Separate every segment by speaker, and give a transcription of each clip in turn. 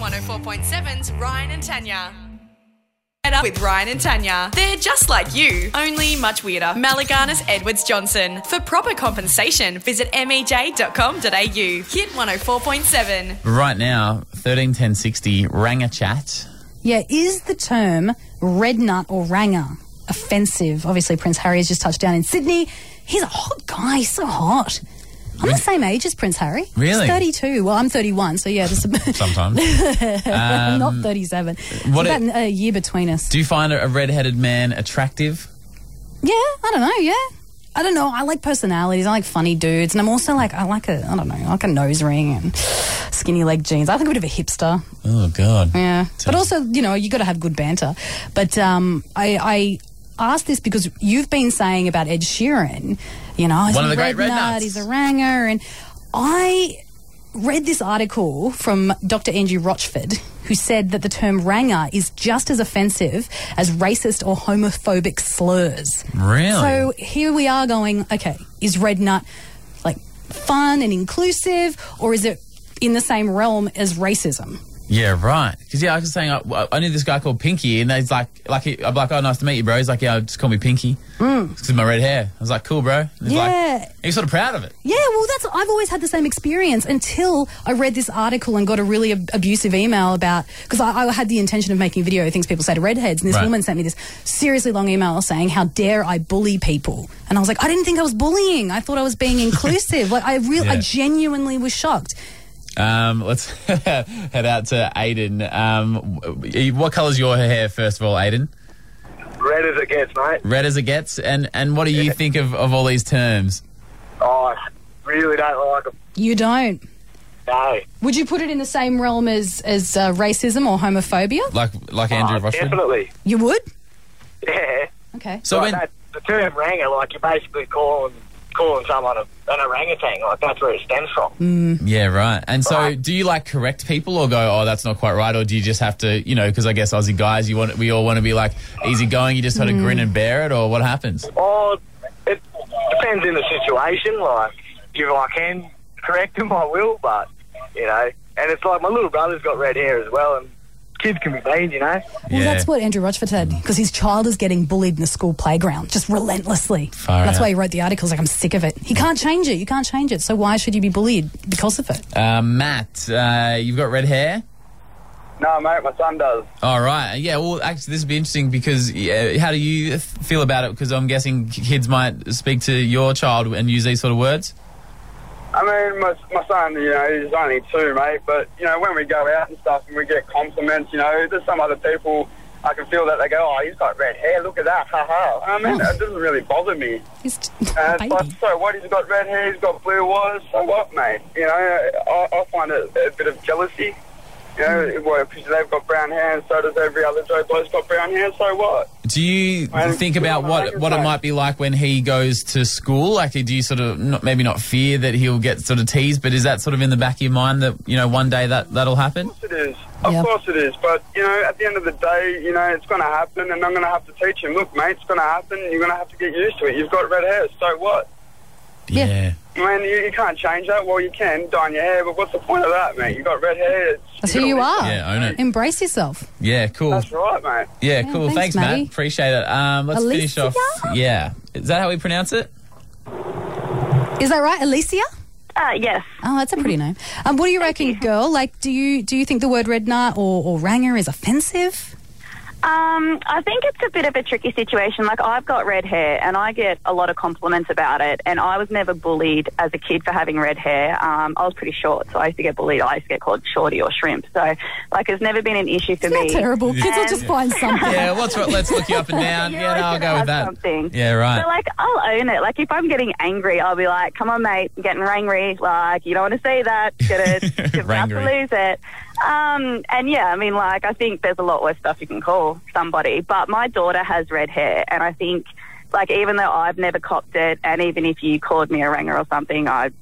Speaker 1: 104.7's Ryan and Tanya. Head up with Ryan and Tanya. They're just like you, only much weirder. Malagana's Edwards Johnson. For proper compensation, visit E mej.com.au. Hit 104.7.
Speaker 2: Right now, 131060 rang a chat.
Speaker 3: Yeah, is the term red nut or ranger offensive? Obviously, Prince Harry has just touched down in Sydney. He's a hot guy, he's so hot. I'm the same age as Prince Harry.
Speaker 2: Really?
Speaker 3: He's 32. Well, I'm 31, so yeah, this is
Speaker 2: Sometimes.
Speaker 3: I'm not 37.
Speaker 2: Um, what
Speaker 3: What about
Speaker 2: it-
Speaker 3: a year between us.
Speaker 2: Do you find a redheaded man attractive?
Speaker 3: yeah, I don't know. Yeah. I don't know. I like personalities. I like funny dudes, and I'm also like I like a I don't know, I like a nose ring and skinny leg jeans. I think a bit of a hipster.
Speaker 2: Oh, God.
Speaker 3: Yeah. But also, you know, you got to have good banter. But um, I, I asked this because you've been saying about Ed Sheeran, you know, he's
Speaker 2: One of the
Speaker 3: a
Speaker 2: great red
Speaker 3: rednut,
Speaker 2: nuts.
Speaker 3: he's a ranger, and I read this article from Dr. Angie Rochford, who said that the term ranger is just as offensive as racist or homophobic slurs.
Speaker 2: Really?
Speaker 3: So here we are going, okay, is Red Nut like fun and inclusive, or is it in the same realm as racism?
Speaker 2: Yeah, right. Because yeah, I was saying I, I knew this guy called Pinky, and he's like, like he, I'm like, oh, nice to meet you, bro. He's like, yeah, just call me Pinky because of my red hair. I was like, cool, bro. And he's
Speaker 3: Mm. Yeah.
Speaker 2: like, he's sort of proud of it.
Speaker 3: Yeah, well, that's I've always had the same experience until I read this article and got a really ab- abusive email about because I, I had the intention of making a video of things people say to redheads, and this
Speaker 2: Right.
Speaker 3: woman sent me this seriously long email saying how dare I bully people, and I was like, I didn't think I was bullying, I thought I was being inclusive. Like I real, I
Speaker 2: Yeah.
Speaker 3: genuinely was shocked.
Speaker 2: Um, let's head out to Aiden. Um, w- what colour's your hair, first of all, Aiden?
Speaker 4: Red as it gets, mate.
Speaker 2: Red as it gets. And and what do you think of, of all these terms?
Speaker 4: Oh, I really don't like them.
Speaker 3: You don't.
Speaker 4: No.
Speaker 3: Would you put it in the same realm as as uh, racism or homophobia?
Speaker 2: Like like Andrew
Speaker 4: Oh,
Speaker 2: Rochford.
Speaker 4: Definitely.
Speaker 3: You would.
Speaker 4: Yeah.
Speaker 3: Okay.
Speaker 2: So when
Speaker 4: like that, the term ranger, like you're basically calling calling someone a, an orangutan. Like that's where it stems from.
Speaker 2: Mm. yeah, right. And so
Speaker 4: Right.
Speaker 2: do you like correct people or go, oh, that's not quite right, or do you just have to, you know, because I guess Aussie guys, you want we all want to be like easygoing. You just sort of
Speaker 4: Mm.
Speaker 2: grin and bear it, or what happens?
Speaker 4: Or Oh, it depends in the situation. Like if I can correct him, I will. But you know, and it's like my little brother's got red hair as well, and kids can be mean, you know.
Speaker 3: Well,
Speaker 2: yeah.
Speaker 3: that's what Andrew Rochford said because his child is getting bullied in the school playground just relentlessly.
Speaker 2: Far
Speaker 3: that's
Speaker 2: out.
Speaker 3: why he wrote the article. He's like, I'm sick of it. He can't change it. You can't change it. So why should you be bullied because of it?
Speaker 2: Uh, Matt, uh, you've got red hair.
Speaker 4: No, mate, my son does.
Speaker 2: All right. Uh, Yeah. Well, actually, this would be interesting because yeah, how do you th- feel about it? Because I'm guessing kids might speak to your child and use these sort of words.
Speaker 5: I mean, my, my son, you know, he's only two, mate, but, you know, when we go out and stuff and we get compliments, you know, there's some other people, I can feel that they go, oh, he's got red hair, look at that, ha ha. I mean, it doesn't really bother me.
Speaker 3: He's t-
Speaker 5: Uh, it's
Speaker 3: baby.
Speaker 5: like, so what, he's got red hair, he's got blue eyes, so what, mate? You know, I, I find it a bit of jealousy. You
Speaker 3: Hmm.
Speaker 5: know, well, because they've got brown hair and so does every other Joe bloke's got brown hair, so what?
Speaker 2: Do you
Speaker 5: Um,
Speaker 2: think about
Speaker 5: yeah,
Speaker 2: what
Speaker 5: I
Speaker 2: what it
Speaker 5: agree.
Speaker 2: might be like when he goes to school? Like, do you sort of not, maybe not fear that he'll get sort of teased, but is that sort of in the back of your mind that you know one day that that'll happen?
Speaker 5: course it is. Of
Speaker 3: Yep.
Speaker 5: course it is. But, you know, at the end of the day, you know, it's going to happen, and I'm going to have to teach him, look, mate, it's going to happen. You're going to have to get used to it. You've got red hair, so what?
Speaker 3: Yeah.
Speaker 5: I mean, you, you can't change that. Well, you can dye your hair, but what's the point of that, mate? You've got red hair. It's,
Speaker 3: That's who you are.
Speaker 2: Yeah, own it.
Speaker 3: Embrace yourself.
Speaker 2: Yeah, cool.
Speaker 5: That's right, mate.
Speaker 2: yeah,
Speaker 3: Yeah,
Speaker 2: cool. Thanks,
Speaker 3: thanks,
Speaker 2: Matt.
Speaker 3: Matty.
Speaker 2: Appreciate it. Um, let's finish
Speaker 3: Alicia?
Speaker 2: off. Yeah, is that how we pronounce it?
Speaker 3: Is that right, Alicia?
Speaker 6: Uh, yes.
Speaker 3: Oh, that's a pretty name. Um, what do you reckon, girl? Like, do you do you think the word red nut or, or ranger is offensive?
Speaker 6: Um, I think it's a bit of a tricky situation. Like, I've got red hair and I get a lot of compliments about it. And I was never bullied as a kid for having red hair. Um, I was pretty short, so I used to get bullied. I used to get called shorty or shrimp. So, like, it's never been an issue for
Speaker 3: Isn't that
Speaker 6: me.
Speaker 3: terrible? Kids will just find something.
Speaker 2: Yeah, what's right? Let's look you up and down.
Speaker 6: You
Speaker 2: yeah, no,
Speaker 6: always
Speaker 2: I'll
Speaker 6: gotta
Speaker 2: go with
Speaker 6: have
Speaker 2: that.
Speaker 6: something.
Speaker 2: Yeah, right.
Speaker 6: So, like, I'll own it. Like, if I'm getting angry, I'll be like, come on, mate, I'm getting angry. Like, you don't want to say that. Get it. You're about to
Speaker 2: Wrangry.
Speaker 6: lose it. Um, and yeah, I mean, like, I think there's a lot worse stuff you can call somebody. But my daughter has red hair, and I think, like, even though I've never copped it, and even if you called me a ranger or something, I. w-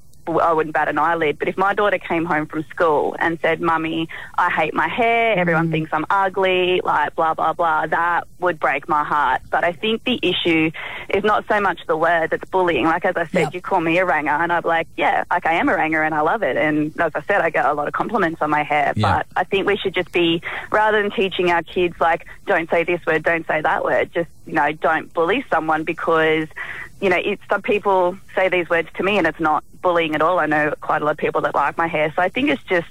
Speaker 6: I wouldn't bat an eyelid. But if my daughter came home from school and said, "Mummy, I hate my hair. Everyone thinks I'm ugly," like blah blah blah, that would break my heart. But I think the issue is not so much the words; it's bullying. Like as I said,
Speaker 3: Yep.
Speaker 6: you call me a ranger, and I'm like, yeah, like I am a ranger, and I love it. And as I said, I get a lot of compliments on my hair.
Speaker 2: Yeah.
Speaker 6: But I think we should just be rather than teaching our kids like don't say this word, don't say that word, just you know don't bully someone because you know it's some people say these words to me and it's not bullying at all. I know quite a lot of people that like my hair, so I think it's just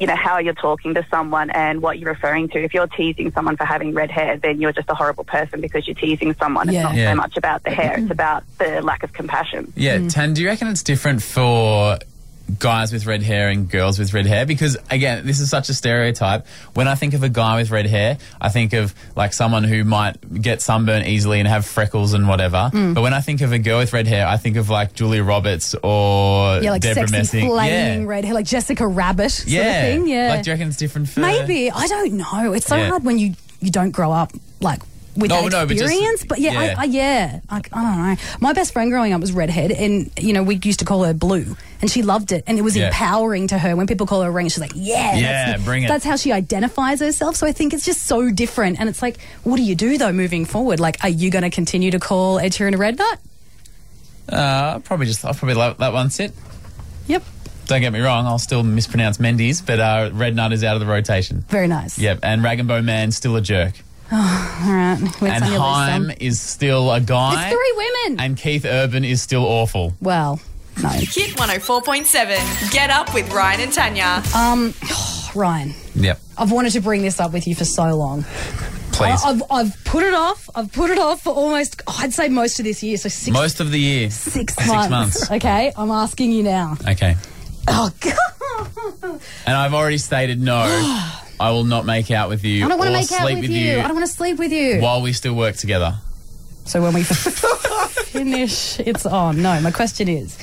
Speaker 6: you know how you're talking to someone and what you're referring to. If you're teasing someone for having red hair, then you're just a horrible person because you're teasing
Speaker 3: Yeah.
Speaker 6: someone. It's not
Speaker 2: Yeah.
Speaker 6: so much about the hair; it's about the lack of compassion.
Speaker 2: Yeah,
Speaker 3: Hmm.
Speaker 2: Tan, do you reckon it's different for guys with red hair and girls with red hair? Because again, this is such a stereotype. When I think of a guy with red hair, I think of like someone who might get sunburn easily and have freckles and whatever.
Speaker 3: Hmm.
Speaker 2: But when I think of a girl with red hair, I think of like Julia Roberts or
Speaker 3: Yeah, like
Speaker 2: Deborah
Speaker 3: sexy,
Speaker 2: Messing.
Speaker 3: flaming
Speaker 2: yeah.
Speaker 3: red hair, like Jessica Rabbit sort
Speaker 2: yeah.
Speaker 3: of thing. Yeah.
Speaker 2: Like, do you reckon it's different for
Speaker 3: Maybe I don't know. It's so
Speaker 2: Yeah.
Speaker 3: hard when you you don't grow up like with
Speaker 2: No, no,
Speaker 3: that
Speaker 2: but just-
Speaker 3: experience. but, yeah,
Speaker 2: yeah.
Speaker 3: I, I, yeah, I, I don't know. My best friend growing up was redhead, and you know we used to call her blue, and she loved it, and it was
Speaker 2: Yeah.
Speaker 3: empowering to her. When people call her ring, she's like, yeah,
Speaker 2: Yeah,
Speaker 3: that's,
Speaker 2: bring it.
Speaker 3: That's how she identifies herself. So I think it's just so different, and it's like, what do you do though moving forward? Like, are you going to continue to call Ed Sheeran a red nut?
Speaker 2: Uh, I'll probably just I'll probably let that one sit.
Speaker 3: Yep,
Speaker 2: Don't get me wrong, I'll still mispronounce Mendes, but uh, Red Nut is out of the rotation.
Speaker 3: very nice.
Speaker 2: Yep, and Rag and Bow Man still a jerk.
Speaker 3: All right, Next
Speaker 2: and
Speaker 3: time you lose some.
Speaker 2: Heim is still a guy.
Speaker 3: It's three women.
Speaker 2: And Keith Urban is still awful.
Speaker 3: well, no,
Speaker 1: Hit 104.7. Get up with Ryan and Tanya.
Speaker 3: Um, Ryan.
Speaker 2: Yep.
Speaker 3: I've wanted to bring this up with you for so long. I,
Speaker 2: Please.
Speaker 3: I've, I've put it off. I've put it off for almost, oh, I'd say most of this year. So six,
Speaker 2: Most of the year.
Speaker 3: six
Speaker 2: six
Speaker 3: months.
Speaker 2: months.
Speaker 3: Okay, I'm asking you now.
Speaker 2: Okay.
Speaker 3: Oh, God.
Speaker 2: And I've already stated no. I will not make out with you.
Speaker 3: I don't want
Speaker 2: or
Speaker 3: to make
Speaker 2: sleep
Speaker 3: out with you. I don't want to sleep with you.
Speaker 2: while we still work together.
Speaker 3: So when we finish, it's on. No, my question is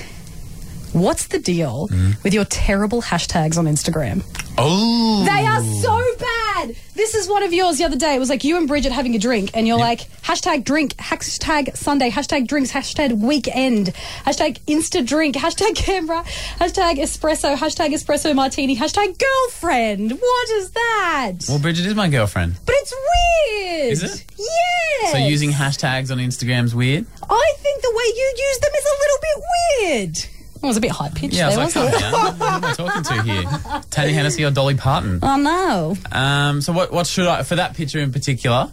Speaker 3: what's the deal with your terrible hashtags on Instagram?
Speaker 2: Oh.
Speaker 3: They are so bad. This is one of yours the other day. It was like you and Bridget having a drink, and you're like hashtag drink, hashtag Sunday, hashtag drinks, hashtag weekend, hashtag Insta drink, hashtag camera, hashtag espresso, hashtag espresso martini, hashtag girlfriend. What is that?
Speaker 2: Well, Bridget is my girlfriend.
Speaker 3: but it's weird.
Speaker 2: Is it?
Speaker 3: Yeah.
Speaker 2: So using hashtags on Instagram's weird.
Speaker 3: I think the way you use them is a little bit weird. It was a bit high pitched.
Speaker 2: Yeah, I
Speaker 3: there,
Speaker 2: was like,
Speaker 3: wasn't it?
Speaker 2: calm down. What am I talking to here? Tanya Hennessy or Dolly Parton?
Speaker 3: Oh no.
Speaker 2: Um, so what, what should I, for that picture in particular,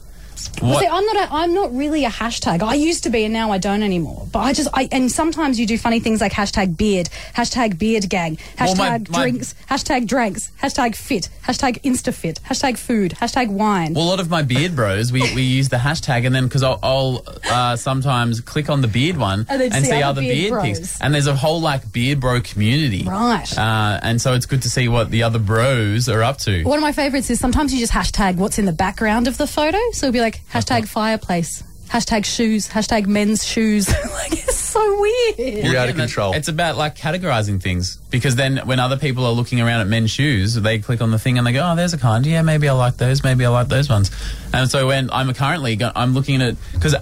Speaker 2: what,
Speaker 3: See, I'm not. A, I'm not really a hashtag. I used to be, and now I don't anymore. But I just. I and sometimes you do funny things like hashtag beard, hashtag beard gang,
Speaker 2: Well,
Speaker 3: hashtag
Speaker 2: my- my-
Speaker 3: drinks, hashtag drinks, hashtag fit, hashtag instafit, hashtag food, hashtag wine.
Speaker 2: Well, a lot of my beard bros, we, we use the hashtag, and then because I'll, I'll uh, sometimes click on the beard one
Speaker 3: And then see other beard bros.
Speaker 2: pics, and there's a whole like beard bro community,
Speaker 3: Right.
Speaker 2: Uh, and so it's good to see what the other bros are up to.
Speaker 3: One of my favorites is sometimes you just hashtag what's in the background of the photo. So it'll be like
Speaker 2: Uh-huh.
Speaker 3: hashtag fireplace, hashtag shoes, hashtag men's shoes. like it's so weird.
Speaker 7: You're
Speaker 2: Well,
Speaker 7: out
Speaker 2: yeah,
Speaker 7: of
Speaker 2: that-
Speaker 7: control.
Speaker 2: It's about like categorizing things because then when other people are looking around at men's shoes, they click on the thing and they go, "Oh, there's a kind. Yeah, maybe I like those. Maybe I like those ones." And so when I'm currently, go- I'm looking at because.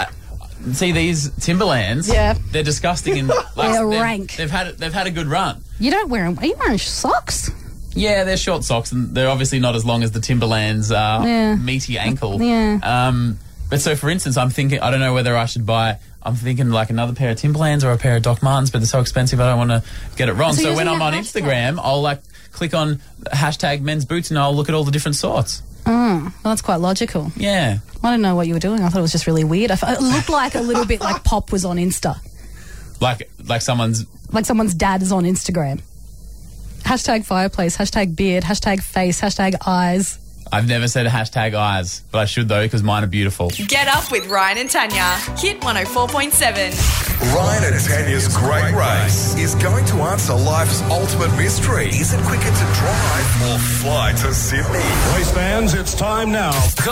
Speaker 2: See these Timberlands?
Speaker 3: Yeah.
Speaker 2: they're disgusting and like,
Speaker 3: They're
Speaker 2: they've-
Speaker 3: rank.
Speaker 2: They've had they've had a good run.
Speaker 3: You don't wear them. Are you wearing socks?
Speaker 2: Yeah, they're short socks, and they're obviously not as long as the Timberlands uh,
Speaker 3: Yeah.
Speaker 2: meaty ankle.
Speaker 3: Yeah.
Speaker 2: Um, but so, for instance, I'm thinking I don't know whether I should buy. I'm thinking like another pair of Timberlands or a pair of Doc Martens, but they're so expensive. I don't want to get it wrong.
Speaker 3: So
Speaker 2: So,
Speaker 3: using
Speaker 2: when I'm
Speaker 3: a
Speaker 2: on
Speaker 3: hashtag.
Speaker 2: Instagram, I'll like click on hashtag men's boots, and I'll look at all the different sorts.
Speaker 3: Well, that's quite logical.
Speaker 2: Yeah.
Speaker 3: I don't know what you were doing. I thought it was just really weird. I f- it looked like a little bit like pop was on Insta,
Speaker 2: Like like someone's
Speaker 3: like someone's dad is on Instagram. Hashtag fireplace, hashtag beard, hashtag face, hashtag eyes.
Speaker 2: I've never said hashtag eyes, but I should though because mine are beautiful.
Speaker 1: Get up with Ryan and Tanya. Hit 104.7.
Speaker 8: Ryan and Tanya's Great Race is going to answer life's ultimate mystery. Is it quicker to drive or fly to Sydney?
Speaker 9: Race fans, it's time now.
Speaker 8: Hit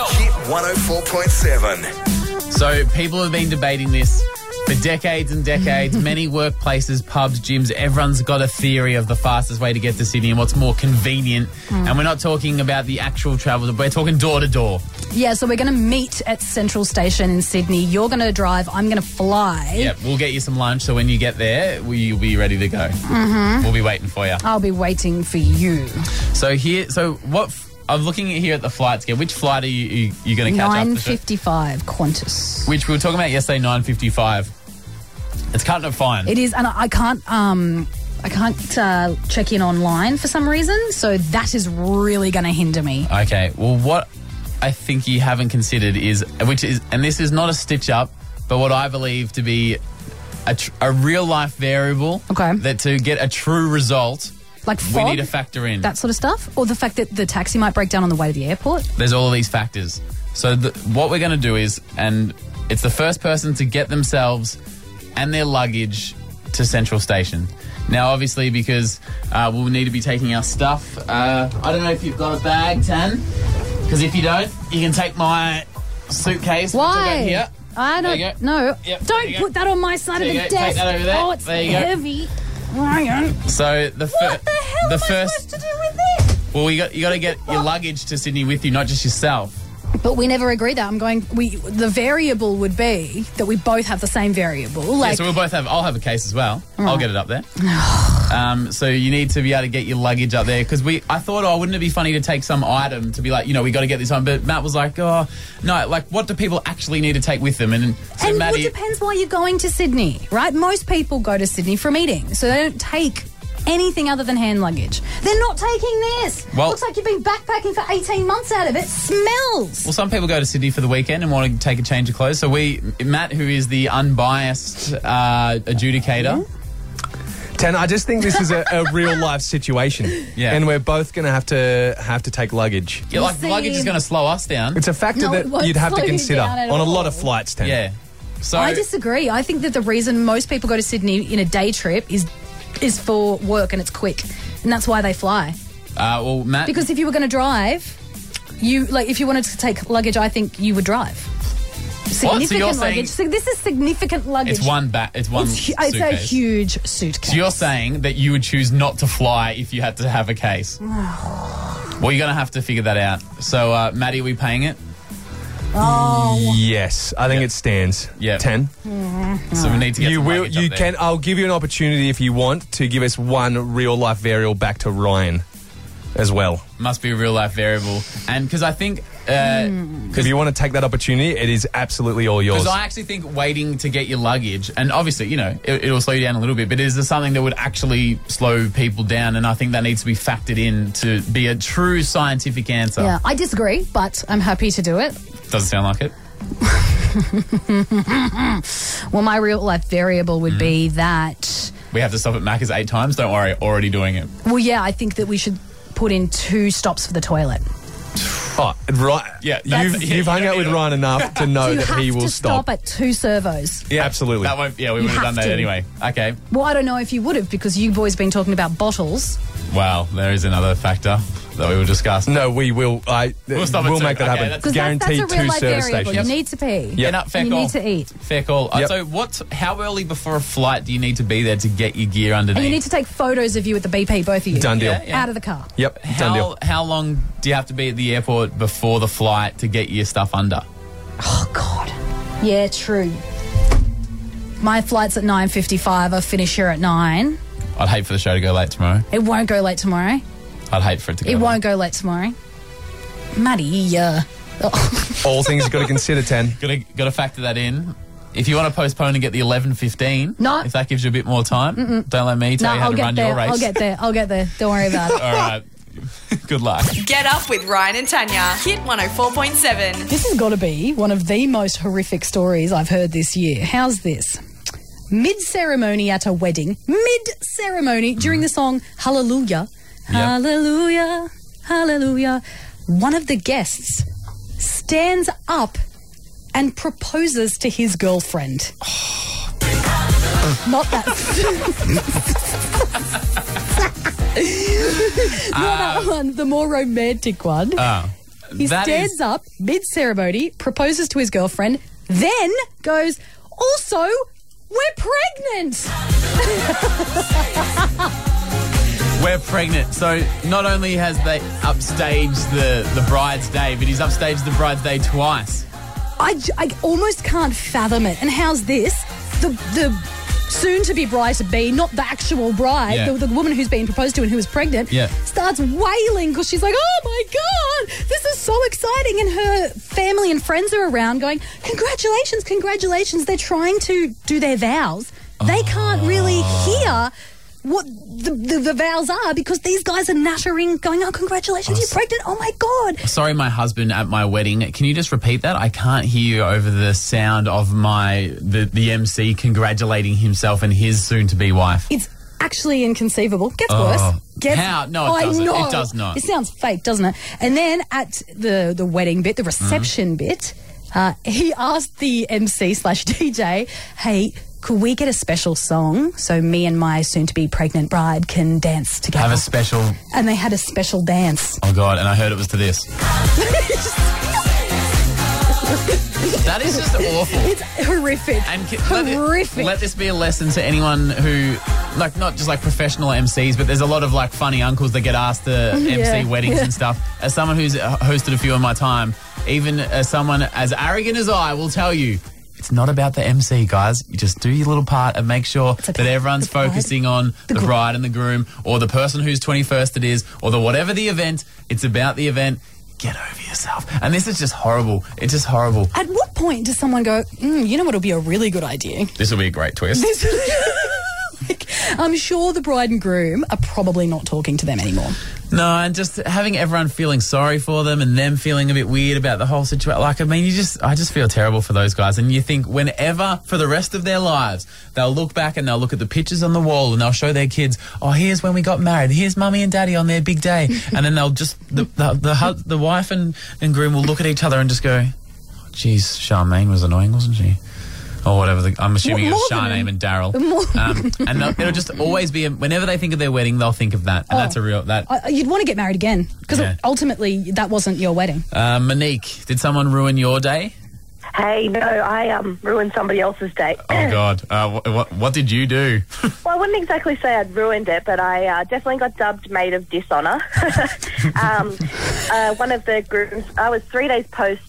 Speaker 8: 104.7.
Speaker 2: So people have been debating this For decades and decades, many workplaces, pubs, gyms, everyone's got a theory of the fastest way to get to Sydney and what's more convenient. And we're not talking about the actual travel, we're talking door to door.
Speaker 3: Yeah, so we're going to meet at Central Station in Sydney. You're going to drive. I'm going to fly.
Speaker 2: Yep, we'll get you some lunch so when you get there, we, you'll be ready to go. Mm-hmm. We'll be waiting for you.
Speaker 3: I'll be waiting for you.
Speaker 2: So here, so what f- I'm looking at here at the flights again. Which flight are you, you, you going to catch
Speaker 3: Nine
Speaker 2: after? the show?
Speaker 3: fifty-five Qantas.
Speaker 2: Which we were talking about yesterday, nine fifty-five. It's cutting it fine.
Speaker 3: It is, and I I can't. Um, I can't uh, check in online for some reason, so that is really going to hinder me.
Speaker 2: okay. Well, what I think you haven't considered is, which is, and this is not a stitch up, but what I believe to be a, tr- a real life variable.
Speaker 3: Okay.
Speaker 2: That to get a true result,
Speaker 3: Like fog,
Speaker 2: we need to factor in.
Speaker 3: that sort of stuff, or the fact that the taxi might break down on the way to the airport.
Speaker 2: there's all of these factors. So the, what we're going to do is, and it's the first person to get themselves and their luggage to Central Station. Now, obviously, because uh, we'll need to be taking our stuff. Uh, I don't know if you've got a bag, Tan, because if you don't, you can take my suitcase. which I've got
Speaker 3: Why?
Speaker 2: here.
Speaker 3: I
Speaker 2: There
Speaker 3: don't
Speaker 2: you go.
Speaker 3: know.
Speaker 2: Yep, there
Speaker 3: don't
Speaker 2: you go.
Speaker 3: put that on my side
Speaker 2: There
Speaker 3: of
Speaker 2: you
Speaker 3: the
Speaker 2: go. Take
Speaker 3: desk.
Speaker 2: that over there.
Speaker 3: Oh, it's
Speaker 2: There you go.
Speaker 3: heavy. Ryan.
Speaker 2: So the, fir-
Speaker 3: What the hell
Speaker 2: the
Speaker 3: am
Speaker 2: first,
Speaker 3: I supposed to do with
Speaker 2: well, you got you got to get your luggage to Sydney with you, not just yourself.
Speaker 3: it? But we never agreed that. I'm going. We the variable would be that we both have the same variable.
Speaker 2: Yeah,
Speaker 3: Like
Speaker 2: so we'll both have. I'll have a case as well. I'll get it up there. um, so you need to be able to get your luggage up there because we. I thought, oh, wouldn't it be funny to take some item to be like, you know, we got to get this on. But Matt was like, oh, no, like, what do people actually need to take with them? And so
Speaker 3: and
Speaker 2: Maddie,
Speaker 3: it depends why you're going to Sydney, right? Most people go to Sydney for meetings, so they don't take anything other than hand luggage. They're not taking this.
Speaker 2: Well-
Speaker 3: Looks like you've been backpacking for 18 months out of it. Smells.
Speaker 2: well, some people go to Sydney for the weekend and want to take a change of clothes. So we, Matt, who is the unbiased uh, adjudicator,
Speaker 7: Tan, I just think this is a, a real life situation.
Speaker 2: Yeah.
Speaker 7: And we're both going to have to have to take luggage.
Speaker 2: yeah, like
Speaker 3: see-
Speaker 2: luggage is going to slow us down.
Speaker 7: It's a factor
Speaker 3: No, it
Speaker 7: that
Speaker 3: won't
Speaker 7: you'd have
Speaker 3: slow
Speaker 7: to
Speaker 3: you
Speaker 7: consider
Speaker 3: down at
Speaker 7: on a
Speaker 3: all.
Speaker 7: lot of flights, Tan.
Speaker 2: yeah. So
Speaker 3: I disagree. I think that the reason most people go to Sydney in a day trip is is for work and it's quick, and that's why they fly.
Speaker 2: uh, well, Matt,
Speaker 3: Because if you were going to drive, you like if you wanted to take luggage, I think you would drive.
Speaker 2: you're
Speaker 3: Significant
Speaker 2: saying-
Speaker 3: luggage. So this is significant luggage.
Speaker 2: it's one ba- It's one.
Speaker 3: It's, hu- it's a
Speaker 2: suitcase.
Speaker 3: huge suitcase.
Speaker 2: So you're saying that you would choose not to fly if you had to have a case? well, you're going to have to figure that out. So, uh, Maddie, are we paying it?
Speaker 7: Yes, I think it stands.
Speaker 2: Yeah.
Speaker 7: Tan.
Speaker 2: So we need to get
Speaker 7: You
Speaker 2: some
Speaker 7: will.
Speaker 2: luggage up
Speaker 7: You
Speaker 2: there.
Speaker 7: can. I'll give you an opportunity if you want to give us one real life variable back to Ryan, as well.
Speaker 2: Must be a real life variable, and because I think.
Speaker 7: Mm.
Speaker 2: Uh,
Speaker 7: If you want to take that opportunity, it is absolutely all yours.
Speaker 2: Because I actually think waiting to get your luggage, and obviously, you know, it, it'll slow you down a little bit, but is there something that would actually slow people down? And I think that needs to be factored in to be a true scientific answer.
Speaker 3: yeah, I disagree, but I'm happy to do it.
Speaker 2: Doesn't sound like it.
Speaker 3: Well, my real life variable would be
Speaker 2: Mm.
Speaker 3: that.
Speaker 2: We have to stop at Macca's eight times. Don't worry, already doing it.
Speaker 3: Well, yeah, I think that we should put in two stops for the toilet.
Speaker 7: Oh, right.
Speaker 2: Yeah, that's-
Speaker 7: You've,
Speaker 2: yeah,
Speaker 7: you've hung
Speaker 2: you
Speaker 7: out with
Speaker 2: don't need
Speaker 7: Ryan enough to
Speaker 2: Oh,
Speaker 7: know
Speaker 3: you
Speaker 7: that
Speaker 3: have
Speaker 7: he will
Speaker 3: to stop.
Speaker 7: stop.
Speaker 3: at two servos.
Speaker 7: Yeah, absolutely.
Speaker 2: That won't. Yeah, we
Speaker 3: You
Speaker 2: would have done
Speaker 3: have
Speaker 2: that
Speaker 3: to.
Speaker 2: anyway. Okay.
Speaker 3: Well, I don't know if you would have because you boys been talking about bottles.
Speaker 2: Wow, there is another factor that we will discuss.
Speaker 7: no, we will. I
Speaker 2: We'll
Speaker 7: we'll,
Speaker 2: stop at two.
Speaker 7: make that
Speaker 2: Okay,
Speaker 7: happen.
Speaker 2: that's-
Speaker 3: Because that's, that's
Speaker 7: Guaranteed
Speaker 3: a real
Speaker 7: two
Speaker 3: life
Speaker 7: service
Speaker 3: variable.
Speaker 7: stations.
Speaker 3: You need to pee.
Speaker 7: Yep.
Speaker 2: Yeah, no, fair
Speaker 3: You
Speaker 2: call.
Speaker 3: need to eat.
Speaker 2: Fair call. Uh,
Speaker 7: Yep.
Speaker 2: So, what? How early before a flight do you need to be there to get your gear underneath?
Speaker 3: And you need to take photos of you at the BP, both of you.
Speaker 7: Done deal.
Speaker 2: Yeah, yeah.
Speaker 3: Out of the car.
Speaker 7: Yep, done
Speaker 2: how
Speaker 7: deal.
Speaker 2: how long do you have to be at the airport before the flight to get your stuff under?
Speaker 3: Oh, God. Yeah, true. My flight's at 9.55. I finish here at 9.
Speaker 2: I'd hate for the show to go late tomorrow.
Speaker 3: It won't go late tomorrow.
Speaker 2: I'd hate for it to go.
Speaker 3: It
Speaker 2: late.
Speaker 3: won't go late tomorrow. Maddie, yeah.
Speaker 7: All things you've got to consider, Tan.
Speaker 2: Gotta gotta factor that in. If you want to postpone and get the eleven fifteen,
Speaker 3: No.
Speaker 2: if that gives you a bit more time, don't let me
Speaker 3: No,
Speaker 2: tell you how
Speaker 3: I'll
Speaker 2: to
Speaker 3: get
Speaker 2: run
Speaker 3: there.
Speaker 2: your race.
Speaker 3: I'll get there. I'll get there. Don't worry about it.
Speaker 2: All right. Good luck.
Speaker 1: Get up with Ryan and Tanya. Hit 104.7.
Speaker 3: This has got to be one of the most horrific stories I've heard this year. How's this? Mid ceremony at a wedding, mid ceremony during the song Hallelujah, Hallelujah, Hallelujah, one of the guests stands up and proposes to his girlfriend. Not that. Not that one, the more romantic one. He
Speaker 2: Ah. That
Speaker 3: stands
Speaker 2: is-
Speaker 3: up mid ceremony, proposes to his girlfriend, then goes, also, We're pregnant.
Speaker 2: We're pregnant. So not only has they upstaged the, the bride's day, but he's upstaged the bride's day twice.
Speaker 3: I, j- I almost can't fathom it. And how's this? The the soon to be bride to be, not the actual bride,
Speaker 2: Yeah.
Speaker 3: the, the woman who's been proposed to and who is pregnant,
Speaker 2: Yeah.
Speaker 3: starts wailing because she's like, "Oh my god, this is so exciting!" And her family and friends are around, going, "Congratulations, congratulations!" They're trying to do their vows. They can't really hear. What the, the, the vows are because these guys are nattering, going, Oh, congratulations, you're pregnant. Oh my God.
Speaker 2: Sorry, my husband at my wedding. Can you just repeat that? I can't hear you over the sound of my the, the MC congratulating himself and his soon to be wife.
Speaker 3: It's actually inconceivable. Gets
Speaker 2: Oh.
Speaker 3: worse. Gets,
Speaker 2: How? No, it
Speaker 3: I
Speaker 2: doesn't.
Speaker 3: know.
Speaker 2: It does not.
Speaker 3: It sounds fake, doesn't it? And then at the the wedding bit, the
Speaker 2: Mm.
Speaker 3: reception bit, uh, he asked the MC slash DJ, "Hey." Could we get a special song so me and my soon to be pregnant bride can dance together?
Speaker 2: Have a special.
Speaker 3: and they had a special dance.
Speaker 2: Oh god! And I heard it was to this. That is just awful.
Speaker 3: It's horrific.
Speaker 2: And ki- let it-
Speaker 3: horrific.
Speaker 2: Let this be a lesson to anyone who, like, not just like professional MCs, but there's a lot of like funny uncles that get asked to
Speaker 3: Yeah.
Speaker 2: MC weddings
Speaker 3: Yeah.
Speaker 2: and stuff. As someone who's uh, hosted a few in my time, even as someone as arrogant as I will tell you, it's not about the MC, guys. You just do your little part and make sure
Speaker 3: about
Speaker 2: that everyone's
Speaker 3: the bride,
Speaker 2: focusing on the,
Speaker 3: groom.
Speaker 2: bride and the groom, or the person whose 21st it is, or the whatever the event. It's about the event. Get over yourself. And this is just horrible. It's just horrible.
Speaker 3: At what point does someone go, mm, you know what would be a really good idea?
Speaker 2: This will be a great twist.
Speaker 3: Like, I'm sure the bride and groom are probably not talking to them anymore.
Speaker 2: No, and just having everyone feeling sorry for them and them feeling a bit weird about the whole situation. Like, I mean, you just, I just feel terrible for those guys. And you think whenever for the rest of their lives, they'll look back and they'll look at the pictures on the wall and they'll show their kids, oh, here's when we got married. Here's mummy and daddy on their big day. and then they'll just, the, the, the, hu- the wife and, and groom will look at each other and just go, geez, Charmaine was annoying, wasn't she? Or whatever. The, I'm assuming it was
Speaker 3: More than-
Speaker 2: Charmaine and Daryl.
Speaker 3: More-
Speaker 2: Um, and they'll- it'll just always be, whenever they think of their wedding, they'll think of that.
Speaker 3: Oh.
Speaker 2: And that's a real, that
Speaker 3: I- You'd want to get married again because
Speaker 2: Yeah.
Speaker 3: ultimately that wasn't your wedding.
Speaker 2: Uh, Monique, did someone ruin your day?
Speaker 6: Hey, no, I um, ruined somebody else's day.
Speaker 2: Oh God! Uh, wh- what, what did you do?
Speaker 6: Well, I wouldn't exactly say I'd ruined it, but I uh, definitely got dubbed maid of dishonour. um, uh, one of the grooms, I was three days post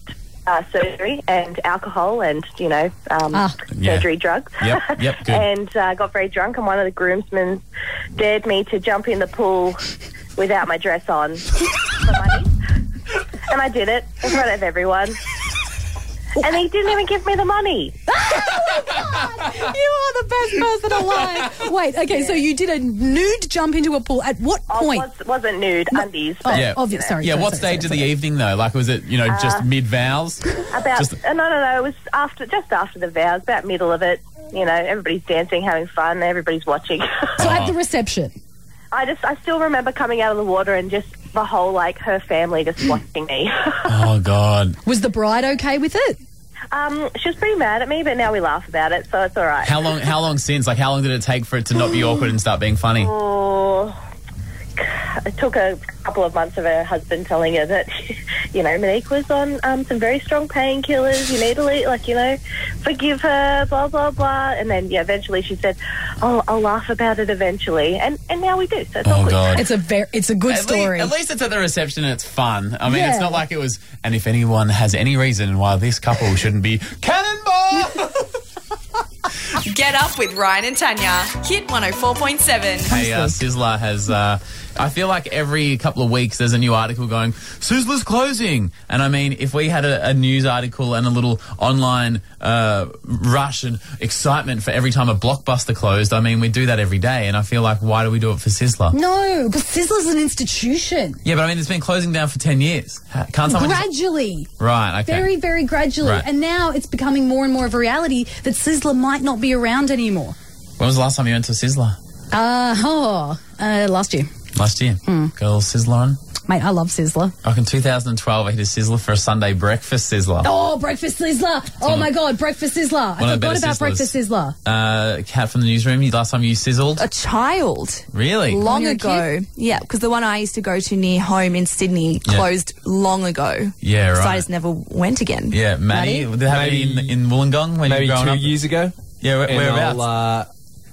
Speaker 6: uh, surgery and alcohol and, you know, um,
Speaker 3: Ah.
Speaker 2: Yeah.
Speaker 6: surgery drugs.
Speaker 2: Yep, yep, good.
Speaker 6: and uh, got very drunk, and one of the groomsmen dared me to jump in the pool without my dress on for money. And I did it in front of everyone. And he didn't even give me the money.
Speaker 3: you are the best person alive. Wait, okay, so you did a nude jump into a pool. At what
Speaker 6: I
Speaker 3: point?
Speaker 6: was, wasn't nude, undies.
Speaker 3: Oh,
Speaker 6: but-
Speaker 2: Yeah.
Speaker 3: obvious. Sorry.
Speaker 2: yeah,
Speaker 3: sorry,
Speaker 2: what
Speaker 3: sorry,
Speaker 2: stage
Speaker 3: sorry,
Speaker 2: of the evening though? Like, was it you know just mid vows?
Speaker 6: About
Speaker 2: Just-
Speaker 6: uh, no, no, no. It was after, just after the vows, about middle of it. You know, everybody's dancing, having fun, everybody's watching.
Speaker 3: sorry. So
Speaker 2: Oh.
Speaker 3: at the reception,
Speaker 6: I just, I still remember coming out of the water and just the whole like her family
Speaker 2: Hmm.
Speaker 6: just watching me.
Speaker 2: Oh God!
Speaker 3: was the bride okay with it?
Speaker 6: um, she was pretty mad at me, but now we laugh about it, so it's all right.
Speaker 2: How long? How long since? Like, how long did it take for it to not be awkward and start being funny?
Speaker 6: Oh, it took a couple of months of her husband telling her that, you know, Monique was on um, some very strong painkillers. You need to, le- like, you know, forgive her, blah, blah, blah. And then, yeah, eventually she said, oh, I'll laugh about it eventually. And and now we do, so it's all
Speaker 2: Oh
Speaker 6: good.
Speaker 2: God!
Speaker 3: It's a very, it's a good
Speaker 2: At lea-
Speaker 3: story.
Speaker 2: at least it's at the reception and it's fun. I mean,
Speaker 3: Yeah.
Speaker 2: it's not like it was. And if anyone has any reason why this couple shouldn't be cannonball,
Speaker 1: Get up with Ryan and Tanya. Hit 104.7.
Speaker 2: Hey, uh, Sizzler has. Uh, I feel like every couple of weeks there's a new article going, Sizzler's closing. And I mean, if we had a, a news article and a little online uh, rush and excitement for every time a blockbuster closed, I mean, we do that every day. And I feel like, why do we do it for Sizzler?
Speaker 3: no, because Sizzler's an institution.
Speaker 2: Yeah, but I mean, it's been closing down for 10 years. Ha- Can't someone. just-
Speaker 3: Gradually,
Speaker 2: right, okay.
Speaker 3: very, very gradually,
Speaker 2: Right.
Speaker 3: and now it's becoming more and more of a reality that Sizzler might not be around anymore.
Speaker 2: when was the last time you went to a Sizzler?
Speaker 3: Uh, oh, uh, last year,
Speaker 2: Last year. Got a little Sizzler on.
Speaker 3: mate, I love Sizzler.
Speaker 2: Like in 2012, I hit a Sizzler for a Sunday breakfast Sizzler.
Speaker 3: Oh, breakfast sizzler! Oh my god, breakfast sizzler!
Speaker 2: One
Speaker 3: I
Speaker 2: of the
Speaker 3: forgot
Speaker 2: better
Speaker 3: about
Speaker 2: sizzlers.
Speaker 3: breakfast sizzler.
Speaker 2: Uh, cat from the newsroom, you- last time you sizzled?
Speaker 10: a child
Speaker 2: Really?
Speaker 10: long
Speaker 3: you were a
Speaker 10: ago. Yeah, because the one I used to go to near home in Sydney
Speaker 2: Yeah.
Speaker 10: closed long ago.
Speaker 2: Yeah,
Speaker 10: So I
Speaker 2: right.
Speaker 10: just never went again.
Speaker 2: Yeah, Maddie.
Speaker 3: Maddie?
Speaker 2: Did they have it in, in Wollongong when you
Speaker 7: Maybe
Speaker 2: were growing
Speaker 7: two
Speaker 2: up?
Speaker 7: years ago.
Speaker 2: Yeah, where-
Speaker 7: and
Speaker 2: whereabouts?
Speaker 7: I'll, uh,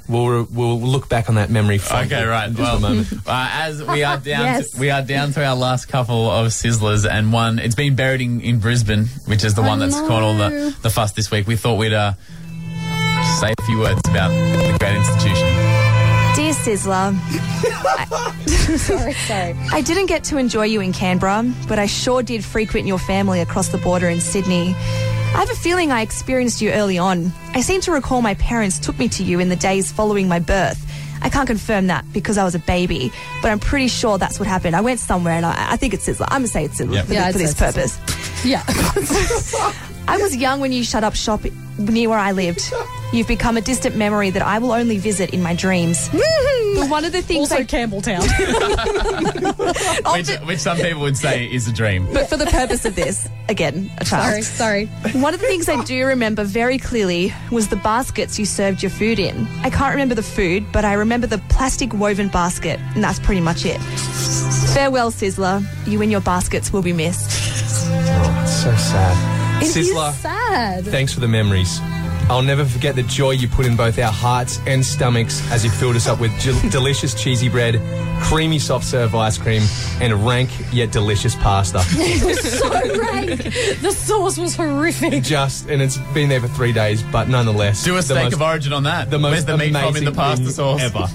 Speaker 7: we'll re- we'll look back on that memory. fondly
Speaker 2: Okay, right.
Speaker 7: in just
Speaker 2: Well,
Speaker 7: a
Speaker 2: uh,
Speaker 7: moment.
Speaker 2: as we are down,
Speaker 3: Yes.
Speaker 2: to, we are down to our last couple of sizzlers, and one it's been buried in, in Brisbane, which is the
Speaker 3: Oh,
Speaker 2: one that's caught all
Speaker 3: no.
Speaker 2: the, the fuss this week. We thought we'd uh, say a few words about the great institution.
Speaker 10: Dear Sizzler,
Speaker 3: sorry, sorry.
Speaker 10: I didn't get to enjoy you in Canberra, but I sure did frequent your family across the border in Sydney. I have a feeling I experienced you early on. I seem to recall my parents took me to you in the days following my birth. I can't confirm that because I was a baby, but I'm pretty sure that's what happened. I went somewhere and I, I think it's Sizzler. I'm going to say it's Sizzler
Speaker 2: Yep.
Speaker 10: for,
Speaker 3: Yeah,
Speaker 10: the-
Speaker 3: I'd
Speaker 10: for this
Speaker 3: say it's
Speaker 10: purpose.
Speaker 3: Yeah.
Speaker 10: I was young when you shut up shop near where I lived. You've become a distant memory that I will only visit in my dreams. But one of the things
Speaker 3: also
Speaker 10: I
Speaker 3: Campbelltown.
Speaker 2: Which, which some people would say is a dream.
Speaker 10: but for the purpose of this, again, a child.
Speaker 3: sorry, sorry.
Speaker 10: One of the things I do remember very clearly was the baskets you served your food in. I can't remember the food, but I remember the plastic woven basket, and that's pretty much it. Farewell, Sizzler. You and your baskets will be missed.
Speaker 7: Oh, it's so sad.
Speaker 3: It is
Speaker 2: Uh,
Speaker 7: Sizzler,
Speaker 3: sad.
Speaker 7: thanks for the memories. I'll never forget the joy you put in both our hearts and stomachs as you filled us up with gel- delicious cheesy bread, creamy soft serve ice cream, and rank yet delicious pasta.
Speaker 3: so rank. The sauce was horrific.
Speaker 7: Just and it's been there for three days, but nonetheless,
Speaker 2: Do a
Speaker 7: the
Speaker 2: steak
Speaker 7: most-
Speaker 2: of origin on that.
Speaker 7: the
Speaker 2: Where's
Speaker 7: most
Speaker 2: the meat from in
Speaker 7: amazing
Speaker 2: the pasta
Speaker 7: thing
Speaker 2: sauce?
Speaker 7: ever.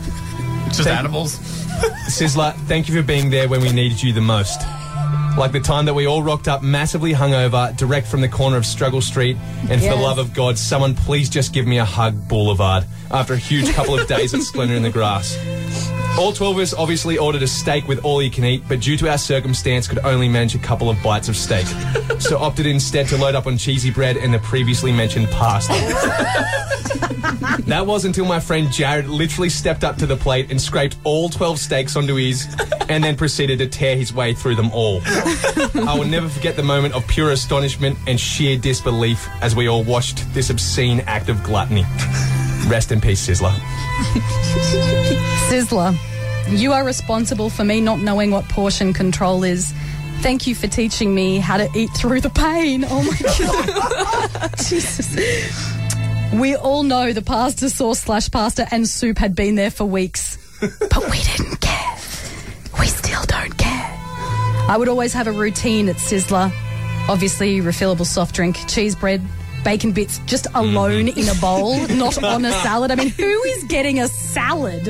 Speaker 2: Just
Speaker 7: Thank-
Speaker 2: animals.
Speaker 7: Sizzler, thank you for being there when we needed you the most. Like the time that we all rocked up massively hungover, direct from the corner of Struggle Street, and for the
Speaker 3: Yes.
Speaker 7: love of God, someone please just give me a hug, Boulevard, after a huge couple of days at Splendor in the Grass. All 12 of us obviously ordered a steak with all you can eat, but due to our circumstance, could only manage a couple of bites of steak. so opted instead to load up on cheesy bread and the previously mentioned pasta. That was until my friend Jared literally stepped up to the plate and scraped all 12 steaks onto his and then proceeded to tear his way through them all. I will never forget the moment of pure astonishment and sheer disbelief as we all watched this obscene act of gluttony. Rest in peace, Sizzler.
Speaker 3: Sizzler, you are responsible for me not knowing what portion control is. Thank you for teaching me how to eat through the pain. Oh my god. Jesus. We all know the pasta sauce slash pasta and soup had been there for weeks. But we didn't care. We still don't care. I would always have a routine at Sizzler. Obviously, refillable soft drink, cheese bread, bacon bits just alone in a bowl, not on a salad. I mean, who is getting a salad?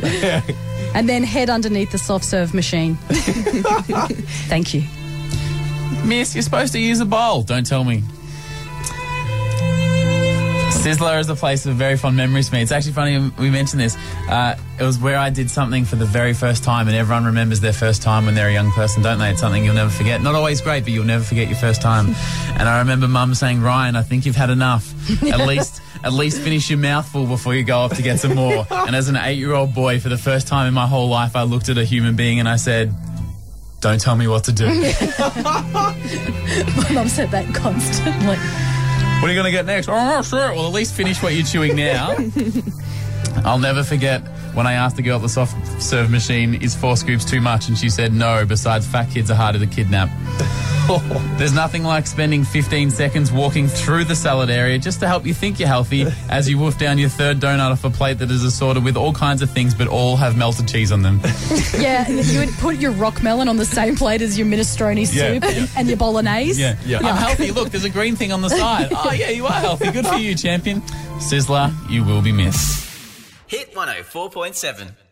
Speaker 3: and then head underneath the soft serve machine. Thank you.
Speaker 2: Miss, you're supposed to use a bowl. Don't tell me. Sizzler is a place of very fond memories for me. It's actually funny we mentioned this. Uh, it was where I did something for the very first time, and everyone remembers their first time when they're a young person, don't they? It's something you'll never forget. Not always great, but you'll never forget your first time. and I remember Mum saying, "Ryan, I think you've had enough. At least, at least finish your mouthful before you go off to get some more." and as an eight-year-old boy, for the first time in my whole life, I looked at a human being and I said, "Don't tell me what to do."
Speaker 3: My mum said that constantly.
Speaker 2: What are you going to get next? Oh, sure. Well, at least finish what you're chewing now. I'll never forget when I asked the girl at the soft serve machine, is four scoops too much? And she said, no, besides, fat kids are harder to kidnap. There's nothing like spending 15 seconds walking through the salad area just to help you think you're healthy as you wolf down your third donut off a plate that is assorted with all kinds of things, but all have melted cheese on them.
Speaker 3: Yeah, you would put your rock melon on the same plate as your minestrone
Speaker 2: Yeah,
Speaker 3: soup
Speaker 2: yeah.
Speaker 3: and your bolognese.
Speaker 2: Yeah, yeah. I'm healthy. Look, there's a green thing on the side. Oh, yeah, you are healthy. Good for you, champion. Sizzler, you will be missed.
Speaker 11: Hit 104.7.